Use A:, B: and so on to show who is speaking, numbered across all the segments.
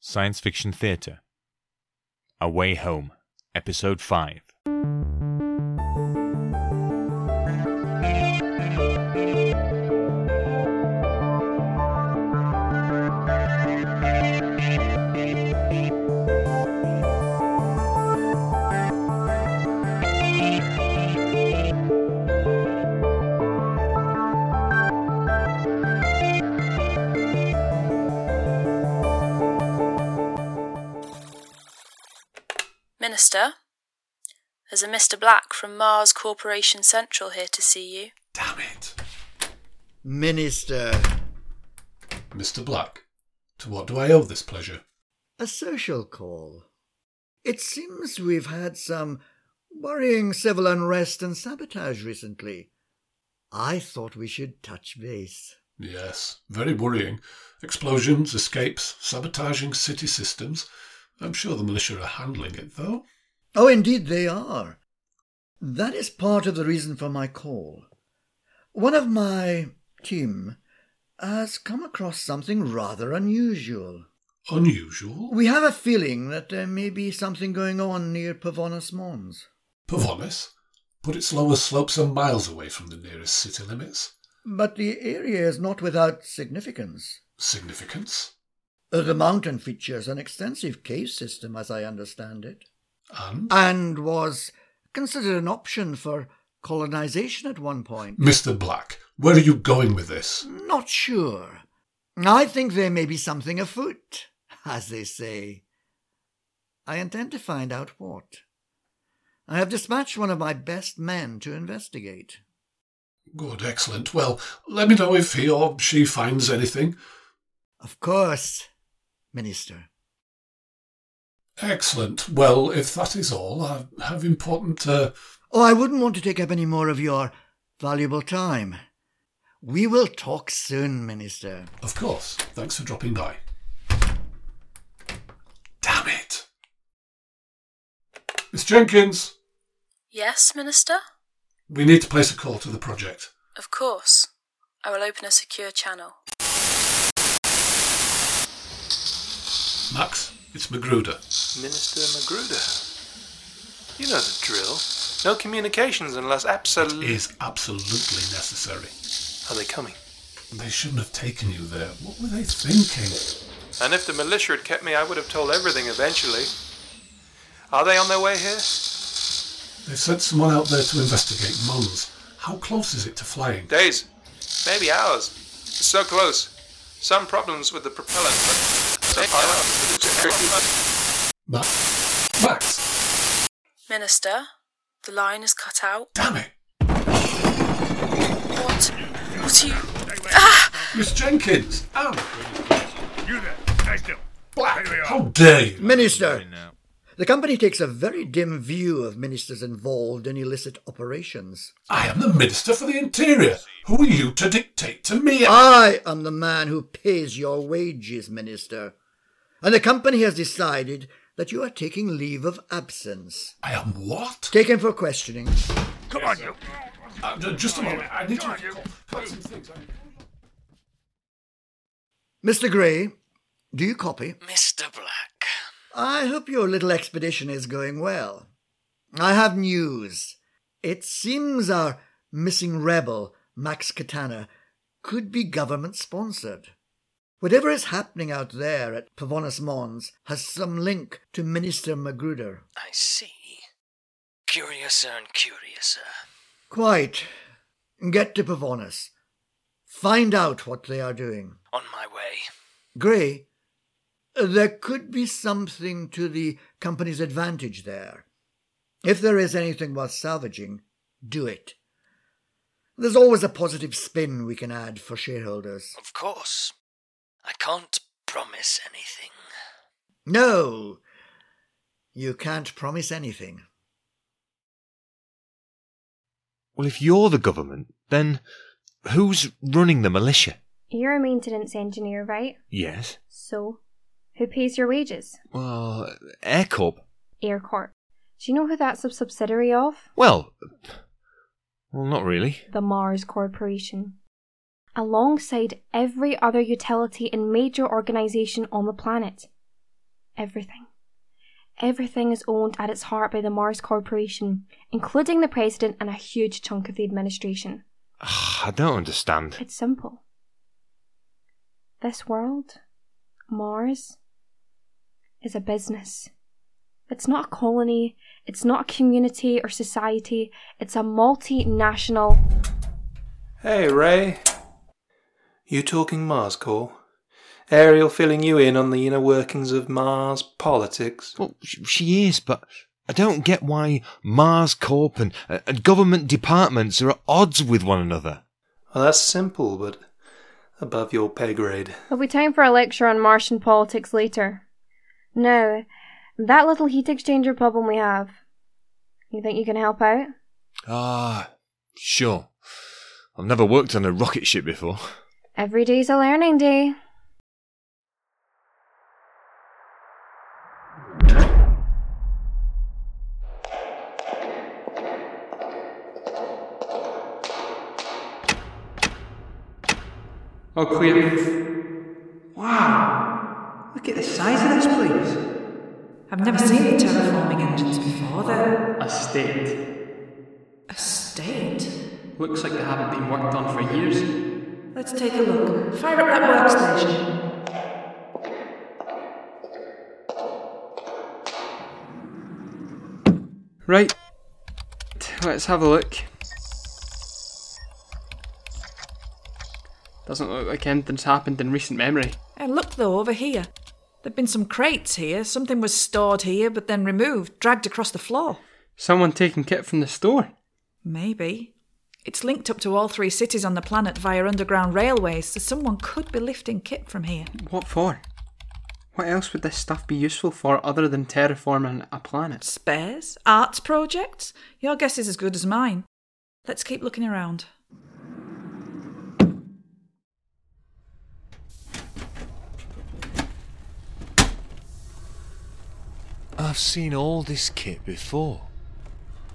A: Science Fiction Theater Away Home, Episode 5.
B: Minister, there's a Mr. Black from Mars Corporation Central here to see you.
C: Damn it.
D: Minister,
C: Mr. Black, to what do I owe this pleasure?
D: a social call. It seems we've had some worrying civil unrest and sabotage recently. I thought we should touch base.
C: Yes, very worrying. Explosions, escapes, sabotaging city systems. I'm sure the militia are handling it, though.
D: Oh, indeed they are. That is part of the reason for my call. One of my team has come across something rather unusual.
C: Unusual.
D: We have a feeling that there may be something going on near Pavonis Mons.
C: Pavonis, but its lower slopes are miles away from the nearest city limits.
D: But the area is not without significance.
C: Significance.
D: Uh, The mountain features an extensive cave system, as I understand it,
C: And?
D: and was considered an option for colonization at one point.
C: Mr. Black, where are you going with this?
D: Not sure. I think there may be something afoot, as they say. I intend to find out what. I have dispatched one of my best men to investigate.
C: Good, excellent. Well, let me know if he or she finds anything.
D: Of course, Minister.
C: Excellent. Well, if that is all, I have important, uh,
D: Oh, I wouldn't want to take up any more of your valuable time. We will talk soon, Minister.
C: Of course. Thanks for dropping by. Damn it. Miss Jenkins,
B: Yes, Minister?
C: we need to place a call to the project.
B: Of course. I will open a secure channel.
C: Max, it's Magruder.
E: Minister Magruder. You know the drill. No communications unless
C: It
E: absolutely.
C: is absolutely necessary.
E: Are they coming?
C: They shouldn't have taken you there. What were they thinking?
E: And if the militia had kept me, I would have told everything eventually. Are they on their way here?
C: They've sent someone out there to investigate Mons. How close is it to flying?
E: Days. Maybe hours. So close. Some problems with the propellant.
C: Max? Max!
B: Minister, the line is cut out.
C: Damn it!
B: What? What are you.
C: Miss Jenkins! Anne!
F: You there, stay still.
C: Black! How dare you!
D: Minister! The company takes a very dim view of ministers involved in illicit operations.
C: I am the Minister for the Interior. Who are you to dictate to me?
D: I am the man who pays your wages, Minister. And the company has decided that you are taking leave of absence.
C: I am what?
D: Taken for questioning.
F: Come on, you.
C: Uh, ju- just a moment. I need
F: Come on,
C: to
F: you.
C: collect some things.
D: Mr. Gray, do you copy?
G: Mr. Black.
D: I hope your little expedition is going well. I have news. It seems our missing rebel, Max Katana, could be government sponsored. Whatever is happening out there at Pavonis Mons has some link to Minister Magruder.
G: I see. Curiouser and curiouser.
D: Quite. Get to Pavonis. Find out what they are doing.
G: On my way.
D: Gray, uh, there could be something to the company's advantage there. If there is anything worth salvaging, do it. There's always a positive spin we can add for shareholders.
G: Of course. I can't promise anything.
D: No! You can't promise anything.
A: Well, if you're the government, then who's running the militia?
H: You're a maintenance engineer, right?
A: Yes.
H: So, who pays your wages?
A: Well, Air Corp.
H: Aircorp. Do you know who that's a subsidiary of?
A: Well, well, not really.
H: The Mars Corporation. Alongside every other utility and major organisation on the planet. everything. Everything is owned at its heart by the Mars Corporation, including the president and a huge chunk of the administration.
A: I don't understand.
H: It's simple. This world, Mars, is a business. It's not a colony, it's not a community or society, it's a multinational.
E: Hey, Ray. You talking Mars Corps? Ariel filling you in on the inner workings of Mars politics.
A: Well, sh- she is, but I don't get why Mars Corp and, uh, and government departments are at odds with one another.
E: Well, that's simple, but above your pay grade.
H: There'll be time for a lecture on Martian politics later. No, that little heat exchanger problem we have. You think you can help out?
A: Ah, sure. I've never worked on a rocket ship before.
H: Every day's a learning day.
E: Oh, quit.
I: Wow! Look at the size of this place. I've never seen the terraforming engines before, though.
J: A state.
I: A state?
J: Looks like they haven't been worked on for years.
I: Let's take a look. Fire up that workstation.
J: Right. Let's have a look. Doesn't look like anything's happened in recent memory.
I: And look, though, over here. There've been some crates here. Something was stored here, but then removed, dragged across the floor.
J: Someone taking kit from the store.
I: Maybe. It's linked up to all three cities on the planet via underground railways, so someone could be lifting kit from here.
J: What for? What else would this stuff be useful for other than terraforming a planet?
I: Spares? Arts projects? Your guess is as good as mine. Let's keep looking around.
A: I've seen all this kit before.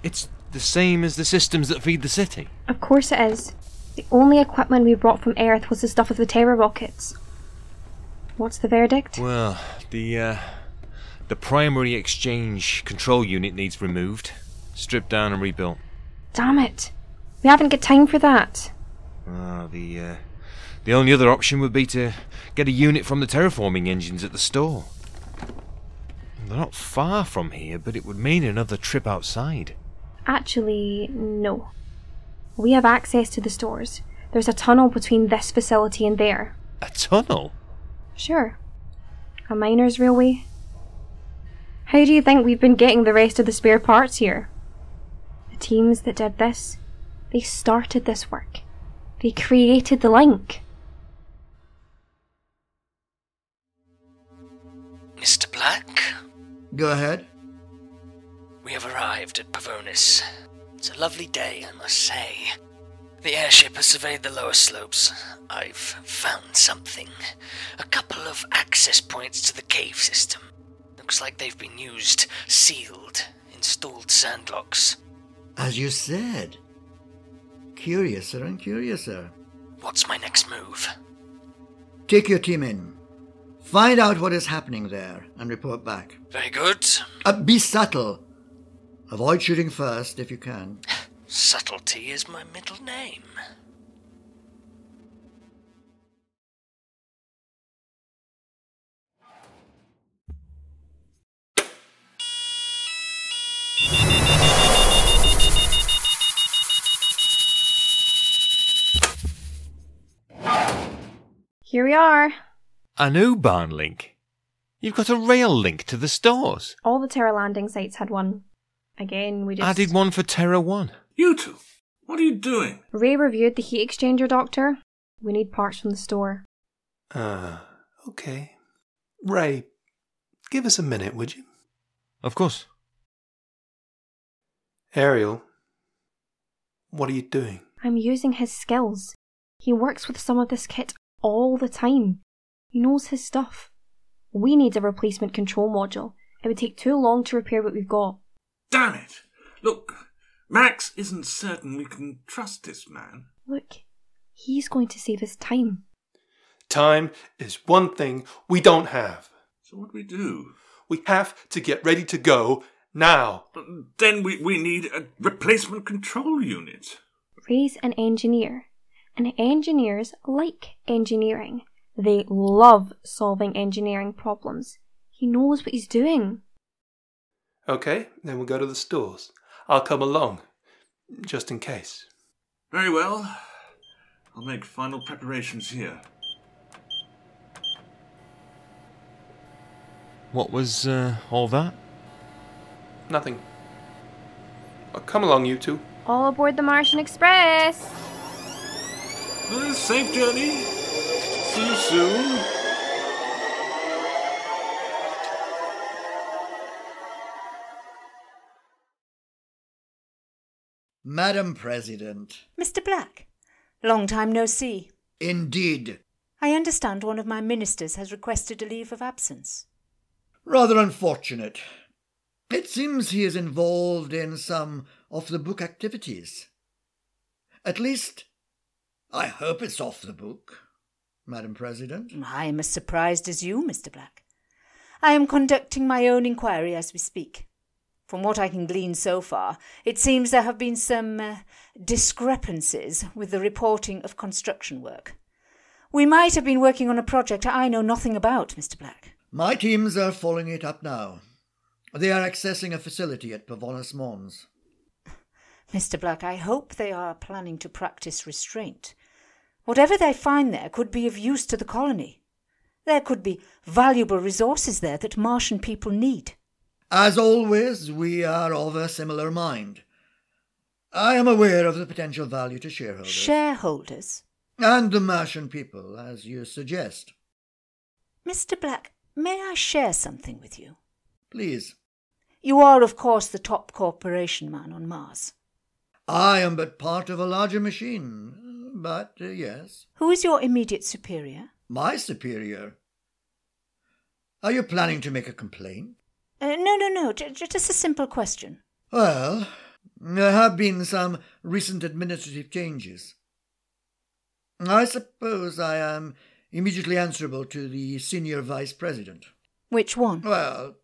A: It's the same as the systems that feed the city.
H: Of course it is. The only equipment we brought from Earth was the stuff with the Terra rockets. What's the verdict?
A: Well, the uh, the primary exchange control unit needs removed, stripped down and rebuilt.
H: Damn it. We haven't got time for that.
A: Ah, the uh, the only other option would be to get a unit from the terraforming engines at the store. They're not far from here, but it would mean another trip outside.
H: Actually, no. We have access to the stores. There's a tunnel between this facility and there.
A: A tunnel?
H: Sure. A miner's railway. How do you think we've been getting the rest of the spare parts here? The teams that did this, they started this work. They created the link.
G: Mr. Black,
D: Go ahead.
G: we have arrived at Pavonis. It's a lovely day, I must say. The airship has surveyed the lower slopes. I've found something. A couple of access points to the cave system. Looks like they've been used, sealed, installed sandlocks.
D: As you said. Curiouser and curiouser.
G: What's my next move?
D: Take your team in. Find out what is happening there and report back.
G: Very good.
D: Uh, be subtle. Avoid shooting first if you can.
G: Subtlety is my middle name.
H: Here we are.
A: A new barn link. You've got a rail link to the stores.
H: All the Terra landing sites had one. Again, we just.
A: Added one for Terra One.
C: You two, what are you doing?
H: Ray reviewed the heat exchanger, Doctor. We need parts from the store.
E: Ah, okay. Ray, give us a minute, would you?
A: Of course.
E: Ariel, what are you doing?
H: I'm using his skills. He works with some of this kit all the time. He knows his stuff. We need a replacement control module. It would take too long to repair what we've got.
C: Damn it! Look, Max isn't certain we can trust this man.
H: Look, he's going to save us time.
E: Time is one thing we don't have.
C: So what do we do?
E: We have to get ready to go now.
F: Then we, we need a replacement control unit.
H: Ray's an engineer, and engineers like engineering. They love solving engineering problems. He knows what he's doing.
E: Okay, then we'll go to the stores. I'll come along, just in case.
F: Very well. I'll make final preparations here.
A: What was uh, all that?
E: Nothing. Oh, come along, you two.
H: All aboard the Martian Express!
F: Uh, safe journey. See you soon.
D: Madam President,
I: Mr. Black, long time no see.
D: indeed,
I: I understand one of my ministers has requested a leave of absence.
D: rather unfortunate. It seems he is involved in some off the book activities. At least, I hope it's off the book, Madam President.
I: I am as surprised as you, Mr. Black. I am conducting my own inquiry as we speak. From what I can glean so far, it seems there have been some uh, discrepancies with the reporting of construction work. We might have been working on a project I know nothing about, Mr. Black.
D: My teams are following it up now. They are accessing a facility at Pavonis Mons.
I: Mr. Black, I hope they are planning to practice restraint. Whatever they find there could be of use to the colony. There could be valuable resources there that Martian people need.
D: As always, we are of a similar mind. I am aware of the potential value to shareholders.
I: Shareholders?
D: And the Martian people, as you suggest.
I: Mr. Black, may I share something with you?
D: Please,
I: You are, of course, the top corporation man on Mars.
D: I am but part of a larger machine. But, uh, yes,
I: Who is your immediate superior?
D: my superior. Are you planning to make a complaint?
I: Uh, no, no, no, j- j- just a simple question.
D: Well, there have been some recent administrative changes. I suppose I am immediately answerable to the senior vice president.
I: Which one?
D: Well,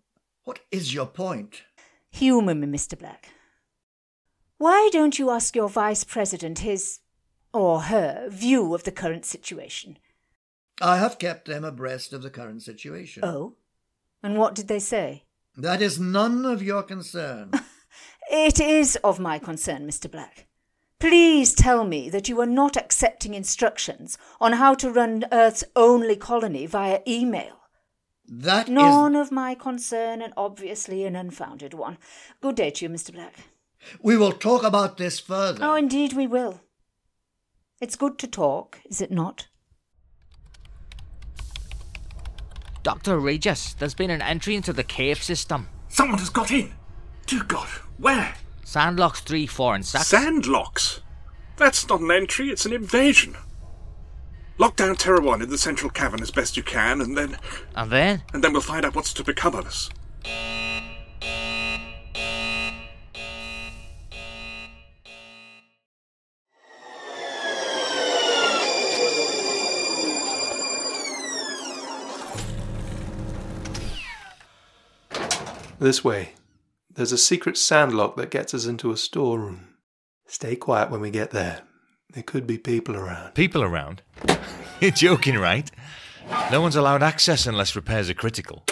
D: what is your point?
I: Humour me, Mr. Black. Why don't you ask your vice president his or her view of the current situation?
D: I have kept them abreast of the current situation.
I: Oh, and what did they say?
D: That is none of your concern.
I: It is of my concern, Mr. Black. Please tell me that you are not accepting instructions on how to run Earth's only colony via email.
D: That is-
I: None of my concern, and obviously an unfounded one. Good day to you, Mr. Black.
D: We will talk about this further.
I: Oh, indeed, we will. It's good to talk, is it not?
K: Dr. Regis, there's been an entry into the cave system.
F: Someone has got in! Dear God, where?
K: Sandlocks 3, 4, and 6.
L: Sandlocks? That's not an entry, it's an invasion. Lock down Terra 1 in the central cavern as best you can, and then.
K: And then?
L: And then we'll find out what's to become of us.
E: This way. There's a secret sandlock that gets us into a storeroom. Stay quiet when we get there. There could be people around.
A: People around? You're joking, right? No one's allowed access unless repairs are critical.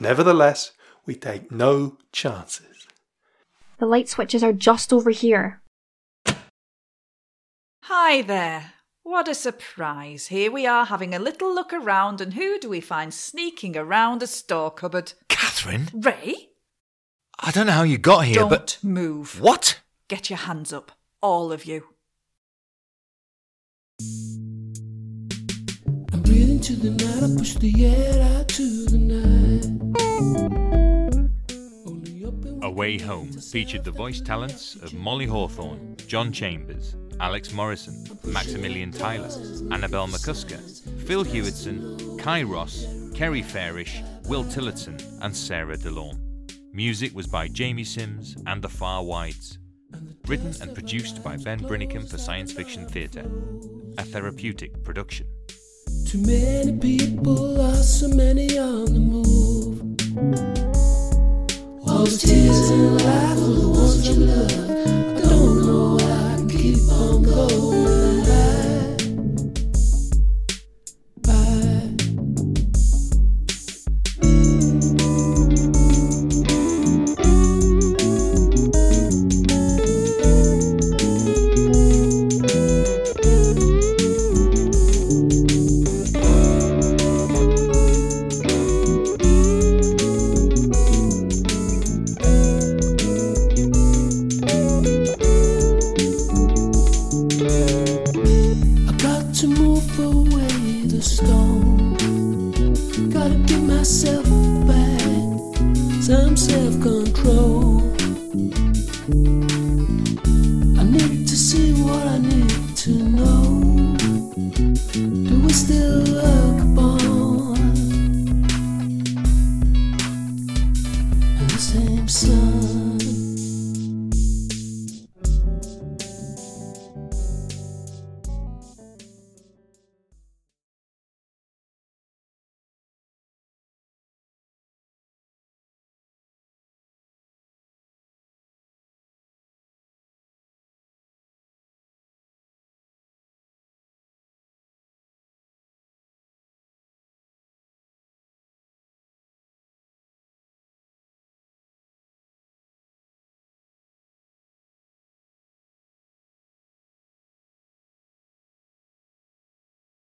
E: Nevertheless, we take no chances.
H: The light switches are just over here.
M: Hi there. What a surprise. Here we are having a little look around, and who do we find sneaking around a store cupboard?
A: Catherine?
M: Ray?
A: I don't know how you got here,
M: Don't
A: but.
M: move.
A: What?
M: Get your hands up. All of you.
N: I'm breathing to the night, I push the air out to the night.
A: Away Home featured the voice talents of Molly Hawthorne, John Chambers, Alex Morrison, Maximilian Tyler, Annabel McCusker, Phil Hewitson, Kai Ross, Kerry Farish, Will Tillotson, and Sarah DeLorme. Music was by Jamie Sims and the Far Wides. Written and produced by Ben Brinicum for Science Fiction Theatre, a therapeutic production.
N: Too many people are so many on the move.
G: myself back some self control. I need to see what I need to know. Do we still look upon the same sun?